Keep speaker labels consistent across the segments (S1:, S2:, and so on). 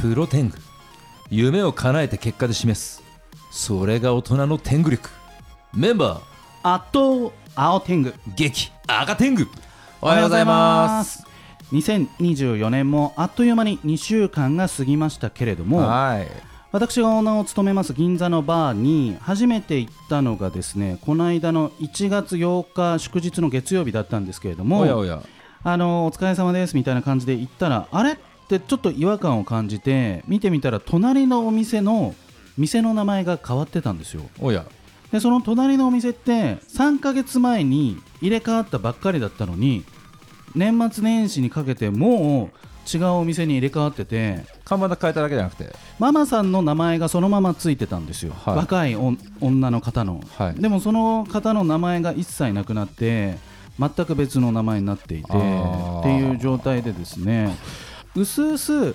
S1: プロ天狗夢を叶えて結果で示すそれが大人の天狗力メンバ
S2: あと青天狗
S1: ー激赤天狗お
S2: おす2024年もあっという間に2週間が過ぎましたけれども
S1: はい
S2: 私がオーナーを務めます銀座のバーに初めて行ったのがですねこの間の1月8日祝日の月曜日だったんですけれども
S1: おやおや
S2: あのお疲れ様ですみたいな感じで行ったらあれってちょっと違和感を感じて見てみたら隣のお店の店の名前が変わってたんですよ
S1: おや
S2: でその隣のお店って3ヶ月前に入れ替わったばっかりだったのに年末年始にかけてもう違うお店に入れ替わってて
S1: 看板変えただけじゃなくて
S2: ママさんの名前がそのままついてたんですよ、
S1: はい
S2: 若いおん女の方の、
S1: はい
S2: でもその方の名前が一切なくなって全く別の名前になっていて
S1: あー
S2: っていう状態でですねうすうす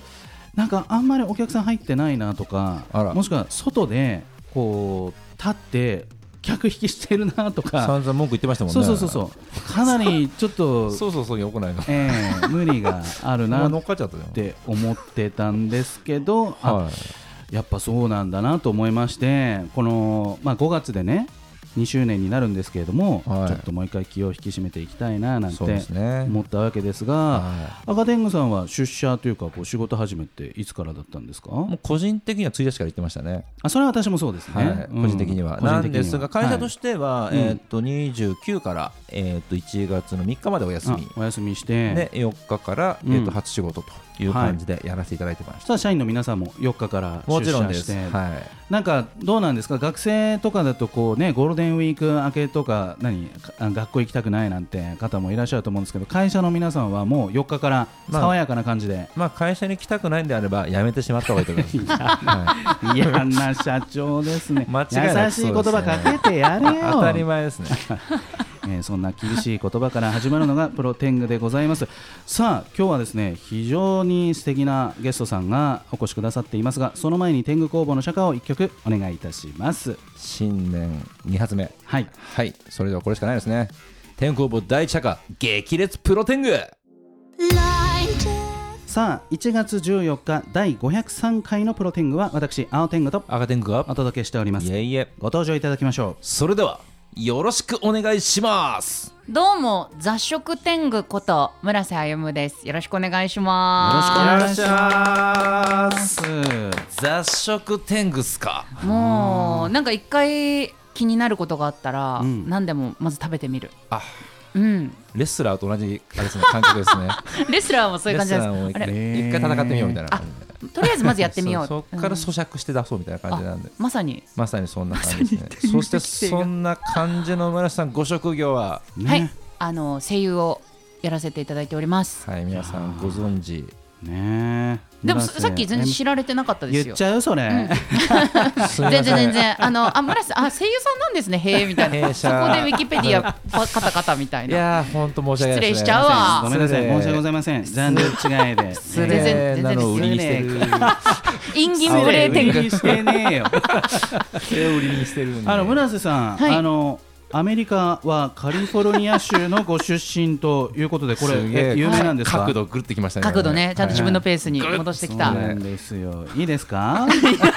S2: なんかあんまりお客さん入ってないなとか
S1: あら
S2: もしくは外でこう立って客引きしてるなとか、
S1: 散々文句言ってましたもん
S2: そ
S1: ね
S2: うそうそうそうかなりちょっと、
S1: そうそうそうよくないな
S2: えー無理があるな
S1: 乗
S2: っ
S1: っかっちゃったよ
S2: て思ってたんですけど、あ
S1: はい
S2: やっぱそうなんだなと思いましてこの、まあ、5月でね2周年になるんですけれども、
S1: はい
S2: ちょっともう一回気を引き締めていきたいななん
S1: そうで
S2: て
S1: すね
S2: 思ったわけですが
S1: は
S2: 赤天狗さんは出社というかこう仕事始めっていつからだったんですか
S1: もう個人的には1日から言ってましたね、
S2: あそれは私もそうですね、
S1: はい
S2: うん
S1: 個人的には、
S2: 個人
S1: な
S2: 的
S1: ん
S2: には
S1: ですが会社と
S2: はい
S1: しては、
S2: い
S1: えーっと29から、えーっと1月の3日までお休み
S2: あお休みして、
S1: で4日から、
S2: うん
S1: えーっと初仕事という感じでやらせていただいてまし
S2: そしたら社員の皆さんも4日から
S1: た、も
S2: 出
S1: ちろん
S2: 社
S1: で
S2: し
S1: す、
S2: て、
S1: はい、
S2: なんかどうなんですか学生とかだとこうねゴールデンウィーク明けとか何かあ学校行きたくないなんて方もいらっしゃると思うんですけど会社の皆さんはもう4日から
S1: まあ
S2: 爽やかな感 じで、
S1: まあ、会社に来たくないんであれば辞めてしまった方がいいと思います はい
S2: 嫌な社長ですね
S1: 間違いな
S2: 優
S1: く
S2: し
S1: そ
S2: いう
S1: ですね
S2: 言葉かけてやれよ
S1: 当たり前ですね
S2: えーそんな厳しい言葉から始まるのがプロテングでございますさあ今日はですね非常に素敵なゲストさんがお越しくださっていますがその前に天狗工房の社歌を1曲お願いいたします
S1: 新年2発目
S2: はい
S1: はいそれではこれしかないですね天候坊第一社会激烈プロテング
S2: さあ1月14日第503回のプロテングは私青天狗と
S1: 赤天狗
S2: お
S1: が
S2: 届けしております
S1: いえいえ
S2: ご登場いただきましょ
S1: それではよろしくお願いします
S3: どうも雑食天狗こと村瀬歩です。よろしくお願いします。
S2: よろしくお願い
S1: ゃ
S2: しう
S1: 雑食天狗っすか
S3: もうなんか一回気になることがあったら、
S2: うん
S3: 何でもまず食べてみる。
S1: あ
S3: うん。
S1: レスラーと同じあれですね感覚ですね
S3: レスラーもそうい
S1: レ
S3: う感
S1: ス
S3: じです。
S1: ラーも一
S3: あれ
S1: 回一回戦ってみようみたいな感じで
S3: とりあえずまずやってみよう。
S1: そそっから咀嚼して出そうみたいな感じなんで
S3: まさに。
S1: まさにそんな感じですねそしてそんな感じの村瀬さんご職業は
S2: ね
S3: はい。あの声優をやらせていただいております。
S1: はい皆さんご存知
S2: ねえ
S3: でも
S2: 村瀬
S3: さっき全然知られてなかったです
S2: 言っ
S3: よ
S2: ち。ゃうそれ、
S1: すいませ
S3: 全然
S1: ん
S3: 全然あのあ村瀬あ声優さんなんですねへえみたい
S1: 弊
S3: な
S1: 社
S3: そこでウィキペディアパカタカタみたい
S1: い
S3: な
S1: やー、本当申し訳ないです、ね。
S3: 失礼しちゃうわ
S2: ごめんなさい
S1: 失礼
S2: 申し訳ございませんジャンル違いで
S1: 失礼なのを売りにしてる。
S3: インギン
S1: 礼
S3: プレー
S1: 失
S3: 天
S1: 礼
S3: 狗
S2: 売りにしてねえよ
S1: それを売りにしてるんで。
S2: あの村瀬さん、
S3: はい
S2: あのアメリカはカリフォルニア州のご出身ということでこれ
S1: すげえ
S2: え有名なんですか
S1: 角度ぐってきましたね。
S3: 角度ね、ちゃんと自分の
S1: ー
S3: ペースに戻してき
S2: そ
S3: た。
S2: う
S1: ね
S2: なんですよ。いいですか？質問して。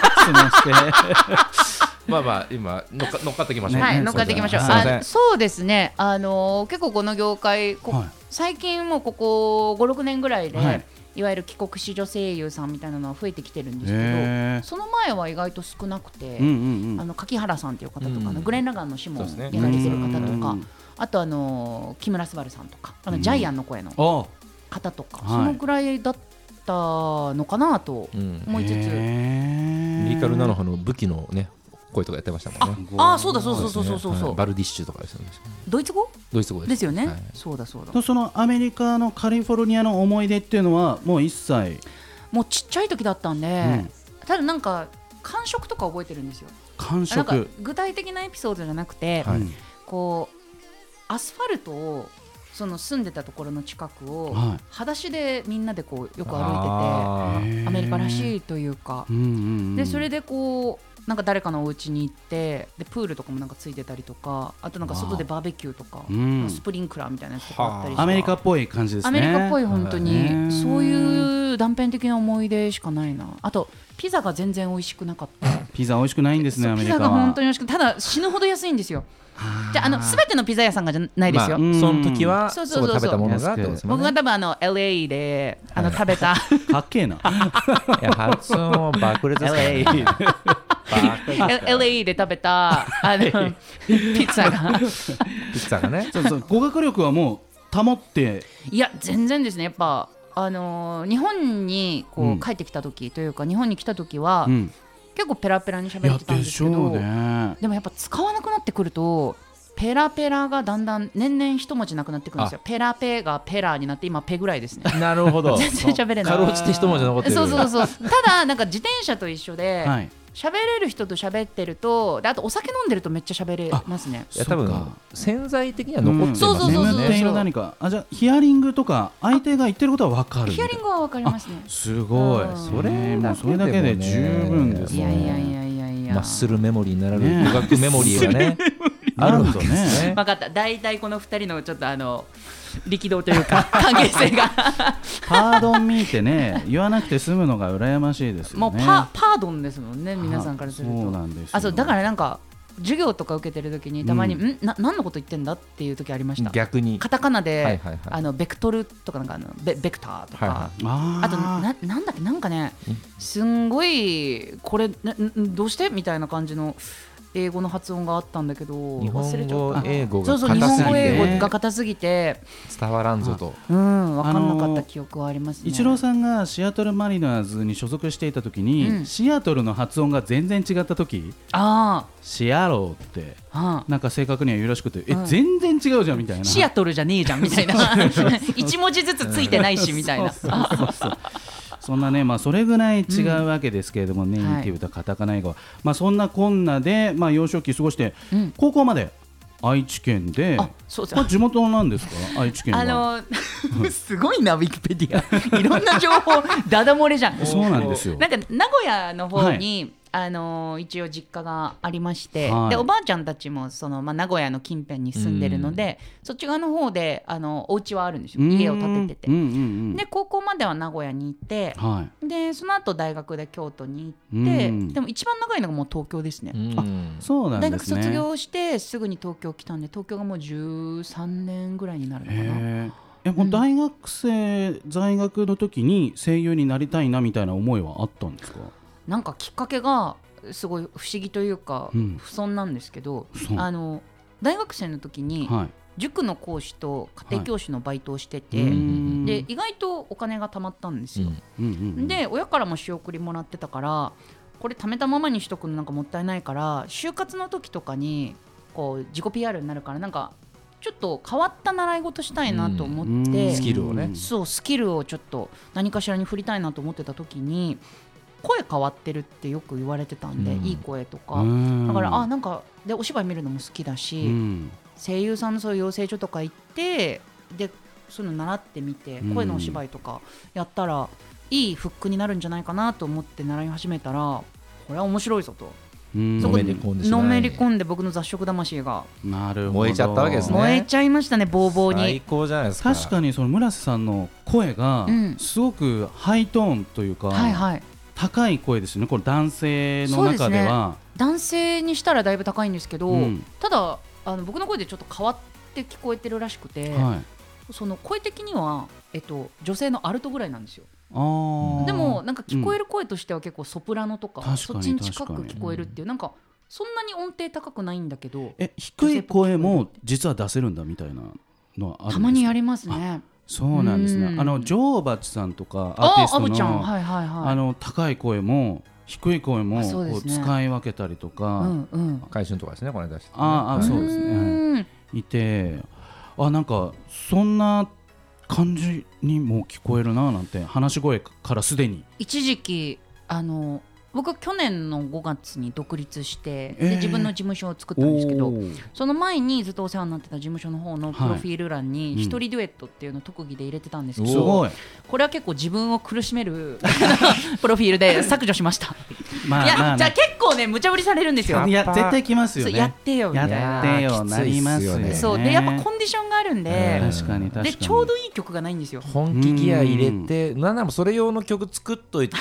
S1: ス。まあまあ、今、乗っか乗っかってきましょう。
S3: はい、
S2: ね
S3: 乗っかっていきましょう。
S1: すいませ
S3: あ
S1: ん。
S3: そうですね、あのー結構この業界、こ
S2: はい
S3: 最近もうここ5、6年ぐらいで、
S2: はい
S3: い、わゆる帰国子女声優さんみたいなのは増えてきてるんです
S2: へ
S3: け
S2: ー
S3: ど、その前は意外と少なくて、
S2: うんうんう
S3: あ
S2: ん。
S3: の柿原さんという方とか、あ
S1: う
S3: の
S1: ん
S3: グレン・ラガンのシモンを
S1: そう
S3: や
S1: で
S3: ら
S1: すね
S3: れてる方と
S2: う
S3: か
S2: ん、
S3: あと、あのー木村昴さんとか、あのジャイアンの声の
S2: お、
S3: 方とか、
S2: はい
S3: そのぐらいだったのかなと
S1: うん。
S3: 思いつつ。
S1: リ
S2: リ
S1: ーカルなのほの武器のね、声とかやってましたもんね。
S3: ああそうだそうそうそうそうそうそう、
S1: はいバルディッシュとかですよね。
S3: ドイツ語
S1: ドイツ語です。
S3: ですよね、
S1: はい
S3: そうだそうだ
S2: とそのアメリカのカリフォルニアの思い出っていうのはもう一切
S3: もうちっちゃい時だったんで、
S2: ん
S3: ただなんか感触とか覚えてるんですよ
S2: 完
S3: なんか
S2: 食。
S3: 具体的なエピソードじゃなくて、
S1: はい
S3: こうアスファルトをその住んでたところの近くを、
S2: はい
S3: 裸足でみんなでこうよく歩いて
S1: あー
S3: てアメリカらし
S2: い。
S3: いというか
S2: うんうんうん。
S3: でそれでこうなんか誰かのお家に行ってでプールとかもなんかついてたりとかあとなんか
S2: わあ
S3: 外でバーベキューとか、
S2: うん
S3: スプリンクラーみたいなやつとかあったりして
S2: アメリカっぽい感じですね
S3: アメリカっぽい本当に、
S2: ね
S3: そういう断片的な思い出しかないなあとピザが全然美味しくなかった
S2: ピザ美味しくないんですねアメ
S3: ピ
S2: リカ
S3: ザ
S2: は
S3: が本当に美味しくただ死ぬほど安いんですよじゃああの全てのピザ屋さんがじゃないですよ、
S1: まあその時は
S3: そ
S1: そうう
S3: そうそうそう
S1: 食べたものがってことですもん
S3: 僕
S1: ね
S3: が多分あの LA であの食 べた、
S2: かっけえな
S1: いや発音も爆裂ですからね
S3: LA で食べたあのピッツァが
S1: ピッツァがね
S2: そうそう語学力はもう保って
S3: いや全然ですねやっぱあのー日本にこう、
S2: うん
S3: 帰ってきた時というか日本に来た時は、
S2: うん
S3: 結構ペラペラに喋
S2: や
S3: ってたん
S2: で
S3: で
S2: し
S3: す
S2: ょ
S3: けど
S2: うね
S3: でもやっぱ使わなくなってくるとペラペラがだんだん年々一文字なくなってくるんですよペラペがペラになって今ペぐらいですね
S1: なるほど
S3: 全然喋れない
S1: かろうじて一文字残ってる
S3: そうそうそうただなんか自転車と一緒で
S2: はい
S3: 喋、れる人と喋ってるとであとお酒飲んでるとめっちゃ喋れますね
S1: いや多
S2: そ
S1: 分
S2: うか
S1: 潜在的には残ってますね、
S3: そうそうそうそう
S2: 眠っている何かあじゃあヒアリングとか相手が言ってることは分かる
S3: ヒアリングは分かりますね
S2: すごい
S3: うん
S1: それだけでもね
S2: もうそれだけで十分です
S3: い
S2: ね
S3: やいやいやいやいや
S1: マッスルメモリーになられ
S2: ね
S1: る語学メモリーがねあるんです
S2: なん
S1: ね
S3: 分かった大体この二人のちょっとあの力道という か関係性が
S2: パードンミーってね言わなくて済むのが羨ましいですよね
S3: もうパ,、パードンですもんね皆さんからすると
S2: あそうなんですよ
S3: あそうだからなんか授業とか受けてる時にたまに、
S2: うん
S3: んな何のこと言ってんだっていう時ありました
S1: 逆に
S3: カタカナで、
S1: はいはいはい
S3: あのベクトルとかなんかあのベベクターとか、
S1: はいは
S2: あー
S3: あとななんだっけなんかねすんごいこれななどうしてみたいな感じの英語の発音があったんだけど
S1: 日
S3: 忘れ
S1: 本
S3: ちゃっ
S1: 語
S3: た
S1: 英語
S3: そ
S1: が
S3: うそう日
S1: 硬す
S3: 本
S1: ぎ
S3: 語英
S1: て
S3: 語が硬すぎて、
S1: 伝わらんぞと
S3: うん、分かんなかっ
S2: あの
S3: た
S2: ー
S3: 記憶はありますね。
S2: イチローさんがシアトルマリナーズに所属していた時に、
S3: うん
S2: シアトルの発音が全然違った時
S3: あ
S2: シアローって
S3: あ、は
S2: なんか正確には言うらしくて、
S3: うん
S2: え全然違うじゃんみたい
S3: あ、
S2: な
S3: シアトルじゃねえじゃんみたいな 一文字ずつついてないしみたいな。
S2: そうそうそうそうそんなね、まあ、それぐらい違うわけですけれども、ネイティブとカタカナ英語、まあ、そんなこんなで、まあ、幼少期過ごして、
S3: うん
S2: 高校まで愛知県で、
S3: あそうじゃん
S2: これ地元なんですか、愛知県は。
S3: あの すごいなウィキペディアいろんな情報ダダ漏れじゃん。
S2: そうなんですよ。
S3: なんか名古屋の方に、あのー一応実家がありまして、
S2: はい
S3: でおばあちゃんたちもその、まあ、名古屋の近辺に住んでるので、そっち側の方であのお家はあるんですよ家を建てて
S2: うん
S3: て。
S2: うんうん
S3: で高校までは名古屋に行って
S2: はい
S3: でその後大学で京都に行って、
S2: うん
S3: でも一番長いのがもう東京ですね。
S1: うん
S2: そうなん
S3: 大
S2: で
S3: 学
S2: すね。
S3: 卒業してすぐに東京来たんで東京がもう13年ぐらいになるのかな。
S2: へーえもう大学生、在学の時に声優になりたいなみたいな思いはあったんですか
S3: なんかきっかけがすごい不思議というか、
S2: うん
S3: 不損なんですけど
S2: そう
S3: あの大学生の時に
S2: はい
S3: 塾の講師と家庭教師のバイトをしてて、
S2: う
S1: うん
S2: ん
S3: で意外とお金が貯まったんですよ。
S2: うんうんうん
S3: で親からも仕送りもらってたからこれ貯めたままにしとくのなんかもったいないから就活の時とかにこう自己 PR になるからなんかちょっと変わった習い事したいなと思っ
S2: うん
S3: て、
S1: スキルをね
S3: そうスキルをちょっと何かしらに振りたいなと思ってた時に声変わってるってよく言われてたんで、
S1: うん
S3: いい声とか、
S2: うん
S3: だからあなんかでお芝居見るのも好きだし、
S2: うん
S3: 声優さんのそういう養成所とか行ってでそういうの習ってみて
S2: うん
S3: 声のお芝居とかやったらいいフックになるんじゃないかなと思って習い始めたらこれは面白いぞと
S2: うん
S3: そこに
S1: 込んしまい
S3: のめり込んで僕の雑食魂が
S2: なるほど
S1: 燃えちゃったわけですね
S3: 燃えちゃいましたねボーボー
S1: 最
S3: に。
S1: 高じゃないですか
S2: 確かにその村瀬さんの声が
S3: うん
S2: すごくハイトーンというか、
S3: はいはい
S2: 高い声ですよねこれ男性の中では
S3: 男性にしたらだいぶ高いんですけど、
S2: うん
S3: ただあの僕の声でちょっと変わって聞こえてるらしくて、
S2: はい
S3: その声的には、えっと、女性のアルトぐらいなんですよ。
S2: あー
S3: でもなんか聞こえる声としては結構ソプラノとか、
S2: うん
S3: そっちに近
S2: 確
S3: く
S2: かに
S3: 聞こえるっていうなんかそんなに音程高くないんだけど
S2: え低い声も実は出せるんだみたいなのはあるんですか
S3: たまにやりますね
S2: そうなんですね
S3: うん
S2: あのジョーバチさんとかアーティ
S3: あ
S2: ス
S3: あ
S2: ト
S3: ぶ
S2: の
S3: ちゃんはいはいはい
S2: あの高い声も低い声も
S3: あそう
S2: こ
S3: で
S2: う
S3: すね
S2: 使い分けたりとか、
S3: うんうん
S1: 回春とかですねこの間出してたね
S2: あーあそうですね
S3: ね
S2: いてあなんかそんな感じにも聞こえるななんて話し声からすでに
S3: 一時期あの僕去年の5月に独立して
S2: え
S3: で
S2: ー
S3: 自分の事務所を作ったんですけど、
S2: おー
S3: その前にずっとお世話になってた事務所の方のプロフィール欄に
S2: はいうん
S3: 一人デュエットっていうのを特技で入れてたんですけ
S2: す
S3: ど、
S2: ごい、
S3: これは 結構自分を苦しめるプロフィールで削除しました。
S2: まあ
S3: いや、
S2: まあ
S3: じゃあ結構構ね無茶ぶりされるんですよ
S2: いや絶対来ますよ
S3: そう
S2: ね
S3: やってよみ
S2: や
S3: たいな
S2: ってよ
S1: いやー
S2: なりますよ
S1: きついっすよね
S2: ね
S3: そうでやっぱコンディションがあるんで
S1: うん
S2: 確かに確かに
S3: でちょうどいい曲がないんですよ
S1: 本気ギア入れてなんならもうそれ用の曲作っといて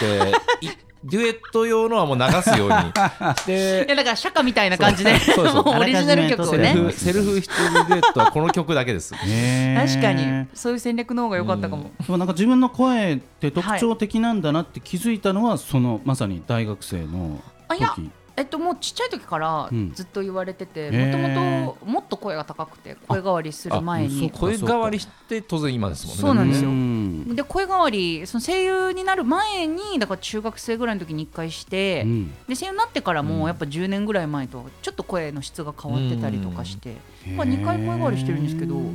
S1: い デュエット用のはもう流すようにして
S3: いやだから釈迦みたいな感じで
S1: そうそう
S3: もうオリジナル曲を
S1: セル
S3: ね
S1: フセルフ一人デュエットはこの曲だけです
S2: ね
S3: 確かにそういう戦略の方が良かったかも、
S2: でもなんか自分の声って特徴的なんだなって気づいたのは、そのまさに大学生の
S3: あいや
S2: 時
S3: えっともうちっちゃい時から
S2: うん
S3: ずっと言われてて
S2: へー
S3: もともともっと声が高くて声変わりする前
S1: あそう
S3: に
S1: 声変わりして当然今ですもんね
S3: そうなんですよ
S2: うん
S3: で声変わりその声優になる前にだから中学生ぐらいの時に1回して、
S2: うん
S3: で声優になってから
S1: う
S3: も
S1: ん
S3: やっぱ10年ぐらい前とちょっと声の質が変わってたりとかして、
S2: へー
S3: まあ、2回声変わりしてるんですけども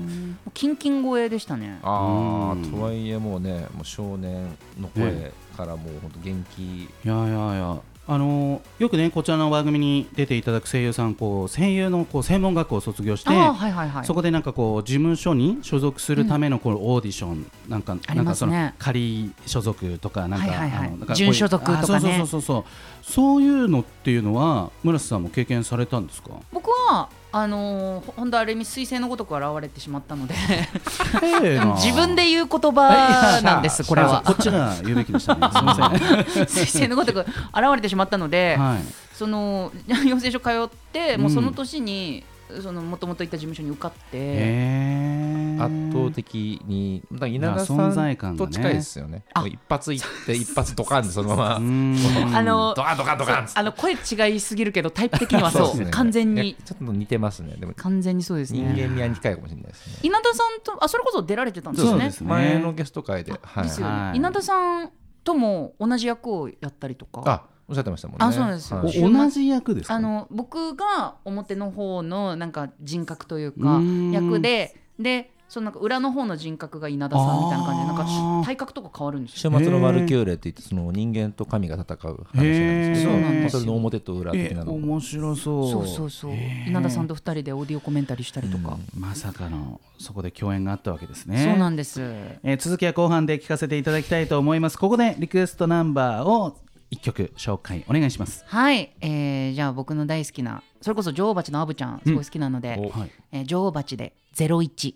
S3: うキンキン声でしたね
S1: あ
S2: うん
S1: あとはいえもうねもう少年の声からもう本当元気
S2: いやいやいやあのーよくねこちらの番組に出ていただく声優さんこう声優のこう専門学校を卒業して
S3: ああはいはいはい
S2: そこでなんかこう事務所に所属するためのこうオーディション、なんかな
S3: あり
S2: んか
S3: ます
S2: そ
S3: ね
S2: の仮所属とかなんか
S3: はいはいはい
S2: あのなんかこういう
S3: 準所属とかね
S2: あそうそうそうそうそういうのっていうのは村瀬さんも経験されたんですか
S3: 僕はあのー、本当ある意味彗星のごとく現れてしまったので 自分で言う言葉なんですこれは
S2: あそうこっちが言うべきでしたね すみませんは
S3: 彗星のごとく現れてしまったので、
S2: い
S3: その 養成所通ってもううんその年にその元々いた事務所に受かって
S2: へー
S1: 圧倒的にだから稲田
S2: まあ存
S1: さ
S2: 在感
S1: ん
S2: が
S1: と
S2: ね
S1: 近いですよね
S3: あ
S1: もう一発いって一発ドカンでそのま ま
S2: うん
S3: あの
S1: ドカンドカンドカンっつって
S3: あの声違いすぎるけどタイプ的にはそう
S1: っすね
S3: 完全
S1: いや
S3: に
S1: ちょっと似てますねでも
S3: 完全にそうです
S1: 人
S3: ね
S1: 間味は近いかもしれないですね
S3: 稲田さんとあそれこそ出られてたんです
S2: そ
S3: よ
S2: うで
S3: ね
S2: すね
S1: 前のゲスト会では
S3: ですよね、
S2: はい
S3: 稲田さんとも同じ役をやったりとか
S1: あおっしゃってましたもんね
S3: あそうなんですよ
S1: は
S2: お
S1: い
S2: 同じ役ですか
S3: あの僕が表の方のなんか人格という
S2: う
S3: か
S2: ーん
S3: 役ででそのなんか裏の方の人格が稲田さんみたいな感じでなん
S2: あ
S3: か
S2: ー
S3: 体格とか変わるんです
S1: 週
S3: よ。
S1: 末のマルキューレって言ってその人間と神が戦う話なんですけど
S2: へー
S1: まあそれの表と裏的
S2: え
S1: なの
S2: 面白そう
S3: そうそうそう
S2: へー
S3: 稲田さんと二人でオーディオコメンタリーしたりとか、
S2: まさかのそこで共演があったわけですね
S3: そうなんです
S2: えー続きは後半で聞かせていただきたいと思いますここでリクエストナンバーを一曲紹介お願いします
S3: はい、えーじゃあ僕の大好きなそれこそ女王蜂のアブちゃんすごい好きなので、
S1: お
S2: はい
S3: えー女王蜂で01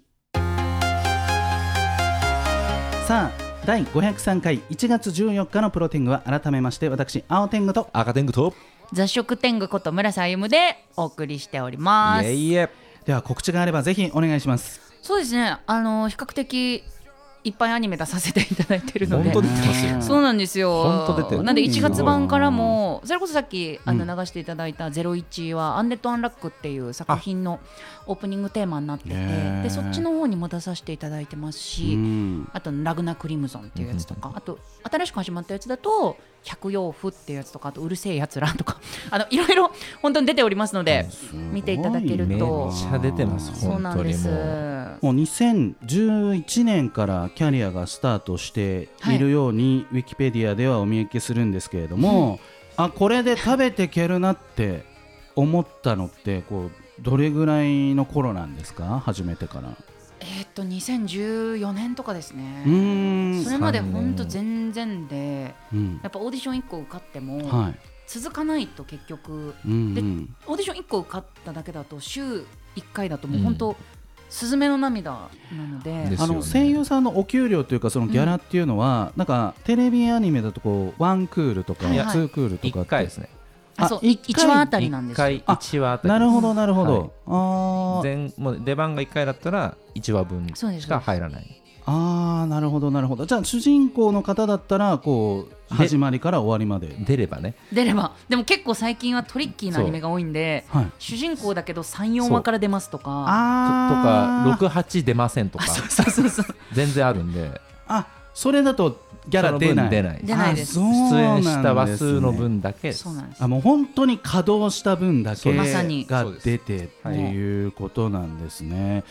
S2: さあ第503回1月14日のプロテングは改めまして私青天狗と
S1: 赤天狗と
S3: 雑食天狗こと村瀬歩でお送りしております
S1: いえいえ
S2: では告知があればぜひお願いします
S3: そうですねあの比較的いっぱいアニメ出させていただいてるので
S1: 本当出てますよ
S3: そうなんですよ。
S1: 本当出てる
S3: なんで1月版からも、それこそさっきあの流していただいた「ゼロ一は「アンデッド・アンラック」っていう作品のオープニングテーマになってて
S2: へー
S3: でそっちの方にも出させていただいてますし、
S2: うん
S3: あと「ラグナ・クリムゾン」っていうやつとか、あと新しく始まったやつだと「百葉譜」っていうやつとかあと「うるせえやつら」とか あのいろいろ本当に出ておりますので、見ていただける
S1: めっ
S3: と
S1: ちゃ出てます
S3: そう
S1: 本
S3: な
S1: 当
S3: んで
S1: に
S3: す
S1: も。う
S2: もう2011年からキャリアがスタートしているように、ウィキペディアではお見受けするんですけれども、あこれで食べてけるなって思ったのってこうどれぐらいの頃なんですか始めてから
S3: えーっと2014年とかですね。
S2: うーん
S3: それまで本当全然で
S2: うん
S3: やっぱオーディション1個受かっても
S2: は
S3: 続かないと結局
S2: いうんうん
S3: オーディション1個受かっただけだと週1回だともう
S1: うん
S3: 本当すずめの涙なの
S1: で
S3: です
S2: あ
S1: よね
S2: の声優さんのお給料というかそのギャラっていうのは、なんかテレビアニメだとこうワンクールとか
S3: はいはい
S2: ツークールとかっ
S1: 一
S2: て
S1: 回ですね。
S3: あ
S2: あ
S3: そう
S2: 一回
S3: 1話あたりなんで
S1: 一
S3: すよ
S1: 回一話あたりです。
S2: なるほどなるほど、
S1: はい
S2: あー
S1: 全もう出番が一回だったら一話分
S3: そうです
S1: しか入らない。
S2: あーなるほどなるほどじゃあ主人公の方だったらこう
S1: で
S2: 始まりから終わりまで
S1: 出ればね。
S3: 出ればでも結構最近はトリッキーなアニメが多いんで
S2: はい
S3: 主人公だけど34話から出ますとか
S1: とと
S2: あ
S1: か
S2: ー
S1: 六八出ませんとか
S3: そうそうそう
S1: 全然あるんで。
S2: あそれだとギャ
S1: そ
S2: ラ
S1: の
S2: 出
S1: 分
S2: ない
S1: 出ない。
S3: 出ないです
S2: あそうなんです
S1: 出
S2: ね
S1: 演した話数の分だけ。
S3: そうなんです
S2: あもう本当に稼働した分だけ
S1: そう
S3: まさに
S2: が
S1: そうです
S2: 出てっていうことなんですね。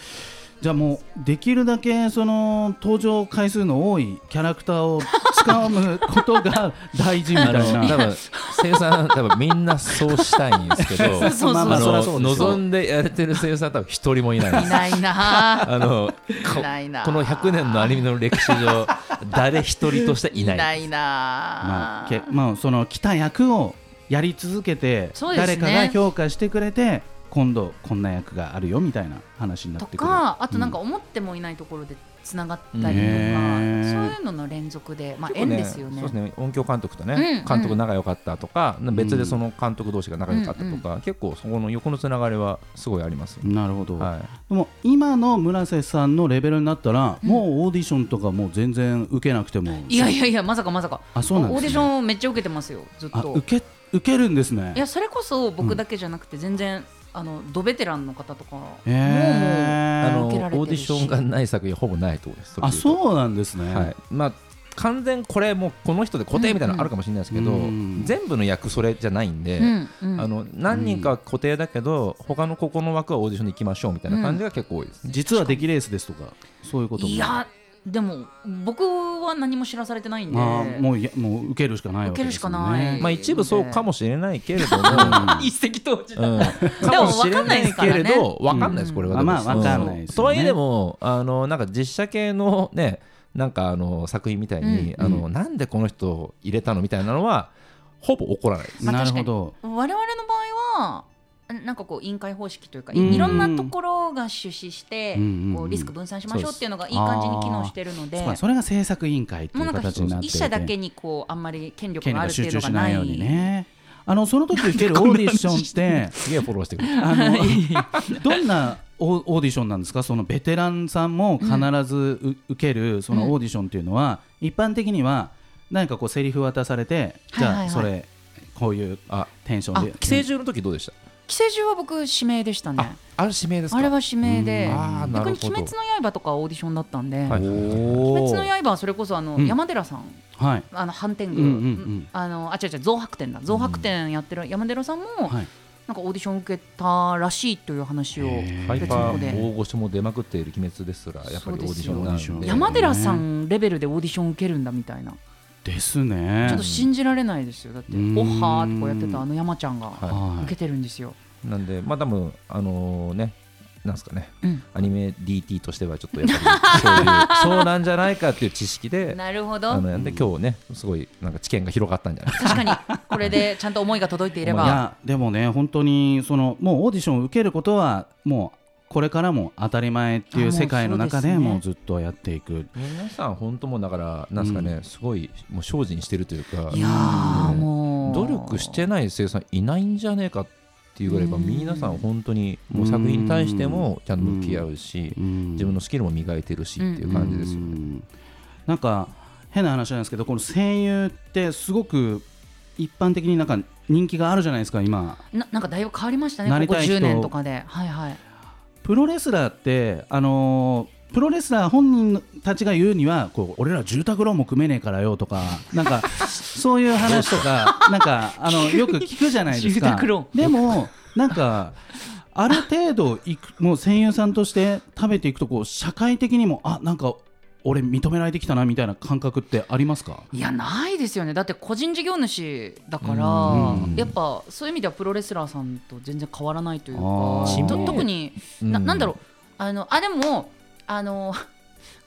S2: じゃあもうできるだけその登場回数の多いキャラクターを掴むことが大事みた
S1: あ
S2: い
S1: の多
S2: な。
S1: 分生優さん多分みんなそうしたいんですけど
S3: そうそうそう
S2: まあまあ
S1: あ
S2: そりゃそ
S1: の
S2: うでしょ
S1: 望んでやれてる声優さんは多分一人もいないです
S3: いないな
S1: あのこ
S3: いないな
S1: この100年のアニメの歴史上誰一人としてい
S3: い
S1: ない
S3: ないな
S2: まあけまあその来た役をやり続けて、
S3: そうです
S2: 誰
S3: ね
S2: かが評価してくれて今度こんな役があるよみたいな話にな
S3: と
S2: ってくる
S3: かあとなんか思ってもいないところでつながったりとか、
S4: うん
S2: ね
S3: そういうのの連続で、まあ、
S1: 結構
S3: 縁ですよね
S1: そうですね音響監督とね、
S3: うん
S1: 監
S3: う
S1: 督
S3: ん
S1: 仲良かったとか、別でその監督同士が仲良かったとか、結構そこの横のつながりはすごいありますよ、
S2: なるほど、
S1: はい、
S2: でも今の村瀬さんのレベルになったら、
S3: うん
S2: もうオーディションとかもう全然受けなくても
S3: いやいやいやまさかまさか、
S2: あそうなんです、ね、
S3: オーディションめっちゃ受けてますよずっ
S2: あ
S3: と
S2: 受け受けるんですね
S3: いやそれこそ僕だけじゃなくて全然、あのドベテランの方とかもうもう
S2: えー
S1: あのオ
S3: 受けられてるし
S1: ーディションがない作品ほぼないと思います
S2: あ
S1: う
S2: そうなんですね、
S1: はいまあ完全これもうこの人で固定みたいなのあるかもしれないですけど、
S2: うんうん
S1: 全部の役それじゃないんで、
S3: うんうん
S1: あの何人かは固定だけど、他のここの枠はオーディションに行きましょうみたいな感じが結構多いですね、
S2: 実は出来レースですとかそういうことも
S3: いやでも僕は何も知らされてないんで
S2: あ ーもういやもう受けるしかないわけですよね
S3: 受けるしかない
S1: まあ、一部そうかもしれないけれども、
S3: 一石投じだ、
S1: うん、
S3: で
S1: か
S3: も
S1: もし
S3: 分か
S1: れ
S3: んな
S1: ない
S3: です
S1: い
S3: か
S1: け
S3: ら
S1: れ
S3: ね
S1: ど、わかんないです、これはでも。
S2: まあまあわかんないですよね
S1: うんとはいえ、でも、あの、なんか実写系のね、なんか、あの、作品みたいに、
S2: うん
S1: あの、なんでこの人を入れたのみたいなのは。ほぼ怒ら ないです。
S3: まあ
S2: なるほど
S3: 我々の場合はなんかこう委員会方式というかい,、
S2: うん
S3: ろんなところが出資して、
S2: うんうんうん
S3: こうリスク分散しましょうっていうのがいい感じに機能してるので。
S2: まあそれが制作委員会ってい
S3: もう
S2: う
S3: なんか
S2: 形になってい
S3: 一
S2: て
S3: 社だけにこうあんまり権力
S2: 権
S3: があ
S2: 力が
S3: る
S2: 集中
S3: 程度が
S2: し
S3: な
S2: ない
S3: い
S2: ようにねあのその時受けるオーディションって
S1: すげえフォローしてくれる。
S2: あの どんなオーオーディションなんですかそのベテランさんも必ずう、受けるそのオーディションっていうのは、一般的には何かこうセリフ渡されて、じ
S3: は
S2: ゃ
S3: いはいはい
S2: あそれこういう
S1: あ、
S2: テンションで
S1: 寄生獣の時どうでした。
S3: 寄生獣は僕指名でしたね
S1: あ、ある指名ですか。
S3: あれは指名で
S2: うん
S1: あーな
S3: 逆
S1: る
S3: に「
S1: ほ
S3: 鬼
S1: ど。
S3: 滅の刃」とかはオーディションだったんで「
S1: はい
S3: 鬼
S1: お
S3: 滅
S1: ー
S3: の刃」はそれこそあの、
S2: うん
S3: 山寺さん
S2: はい
S3: あの反天
S2: う
S3: 狗、
S2: んうんうん
S3: あのあ違う違う増白天だ増白天やってる山寺さんも、
S2: はい
S3: なんかオーディション受けたらしいという話を
S2: へ
S1: ハイ
S3: 別
S1: パ
S3: の子で
S1: ー大御所も出まくっている鬼滅ですら、やっぱりオーディションなん
S2: そうですよ
S1: で。
S3: 山寺さんレベルでオーディション受けるんだみたいな、
S2: ですね
S3: ちょっと信じられないですよだって「オ
S2: うん
S3: ッハー」とかやってたあの山ちゃんが
S1: はい
S2: はい
S3: 受けてるんですよ、
S1: なんで、まあ、多分、あのね。なんですかね。
S3: うん
S1: アニメ DT としてはちょっとやっぱりそういうそうなんじゃないかっていう知識で
S3: なるほ
S1: あ
S3: ど
S1: のやんで今日ねすごいなんか知見が広がったんじゃないですか。
S3: 確かにこれでちゃんと思いが届いていれ
S2: い
S3: ば
S2: やでもね本当にそのもうオーディションを受けることはもうこれからも当たり前ってい
S3: あも
S2: う
S3: う
S2: 世界の中で
S3: そうですね
S2: もうずっとやっていく
S1: 皆さん本当もうだからなんですかね、すごいもう精進してるというか
S3: いやーもう
S1: 努力してない生産いないんじゃねえかっていうぐらいやっぱ
S3: うん
S1: 皆さん本当にもう作品に対してもちゃんと向き合うし自
S2: 自
S1: 分のスキルも磨いてるしっていう感じですよね。
S2: うんなんか変な話なんですけどこの声優ってすごく一般的になんか人気があるじゃないですか今
S3: ななんかだいぶ変わりましたね
S2: なり
S3: ここ
S2: たい人
S3: 10年とかではいはい
S2: プロレスラーってあのープロレスラー本人たちが言うにはこう俺ら住宅ローンも組めねえからよとか なんかそういう話とかなんかあのよく聞くじゃないですか
S3: 住宅ロー
S2: でもなんかある程度いくもう声優さんとして食べていくとこう社会的にもあなんか俺認められてきたなみたいな感覚ってありますか
S3: いやないですよねだって個人事業主だから
S2: うん
S3: やっぱそういう意味ではプロレスラーさんと全然変わらないというか
S2: あー
S3: と特にな
S1: う
S3: なんだろうあのあでもあの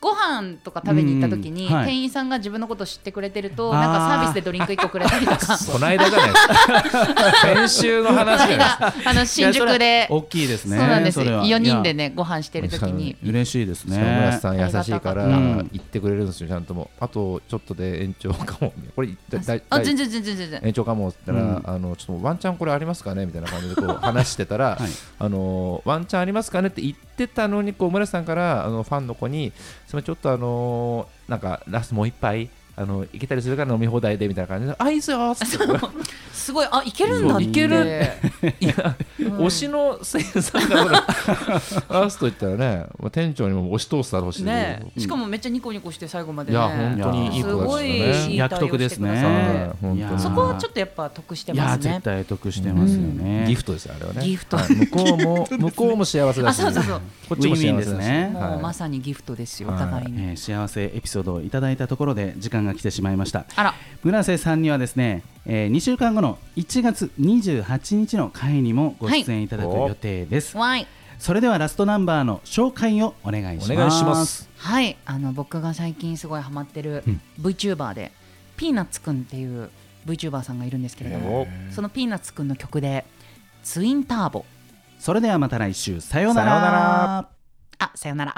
S3: ご飯とか食べに行った時に、
S2: うんはい
S3: 店員さんが自分のこと知ってくれてると
S2: あー
S3: なんかサービスでドリンク1個くれたり とか
S1: この間じゃ ないですか先週の
S3: この
S1: 話じゃない
S3: 間あの新宿で
S2: 大きいです
S3: そう
S2: ね
S3: なんです
S2: れは
S3: 4人で
S2: い
S3: ねご飯してる時
S1: い
S3: に
S2: や嬉しいです
S1: そう村瀬
S2: ね
S1: さん優しいから
S3: あ
S2: がたか
S3: り
S2: った
S1: 言ってくれるんですよ、ちゃんともうあとちょっとで延長かも、これだだ
S3: あ
S1: だい
S3: 全然全然全然
S1: 延長かもって言ったら、あのちょっとワンチャンこれありますかねみたいな感じでこう話してたら、
S2: はい
S1: あのワンチャンありますかねって言ってたのにこう村瀬さんからあのファンの子にすみませんちょっとあのなんかラスもう一杯あのいけたりするから飲み放題でみたいな感じであいいっすよーっつって
S3: すごいあいけるんだって
S2: そういける
S1: いや、推しの声優さんがほらアースと言ったらねまあ店長にも押し通すだろうし
S3: ね
S2: うん
S3: しかもめっちゃニコニコして最後まで
S1: い
S3: ね
S1: や本当にいい子だったね
S3: すごい
S2: 役得です
S3: いい対応してくださって
S1: は
S2: ね
S1: い本当に
S2: いやー
S3: そこはちょっとやっぱ得して
S2: いや
S3: ま
S2: ー
S3: すね
S2: 絶対得してますよね、
S1: ギフトですよあれはね
S3: ギフト
S1: はい向こうも向こうも幸せだ
S3: あ
S1: し
S3: そうそうそう
S1: こっちも幸せ
S2: ウィンウィン
S1: だ
S2: です
S1: し
S2: ね
S1: はい
S3: もうまさにギフトですよお
S1: はい
S3: 互いに
S2: えー幸せエピソードをいただいたところで時間が来てしまいました
S3: あら
S2: 村瀬さんにはですね、え2週間後の1月28日の会にもご出演いただく
S1: はい
S2: 予定です、
S3: わい
S2: それではラストナンバーの紹介をお願いします
S1: お願いします
S3: はいあの僕が最近すごいハマってる
S2: うん
S3: VTuber で、ピーナッツくんっていう VTuber さんがいるんですけれども
S5: お
S3: そのピーナッツくんの曲で「ツインターボ
S2: それではまた来週さようなら
S5: さようなら
S3: あさよなら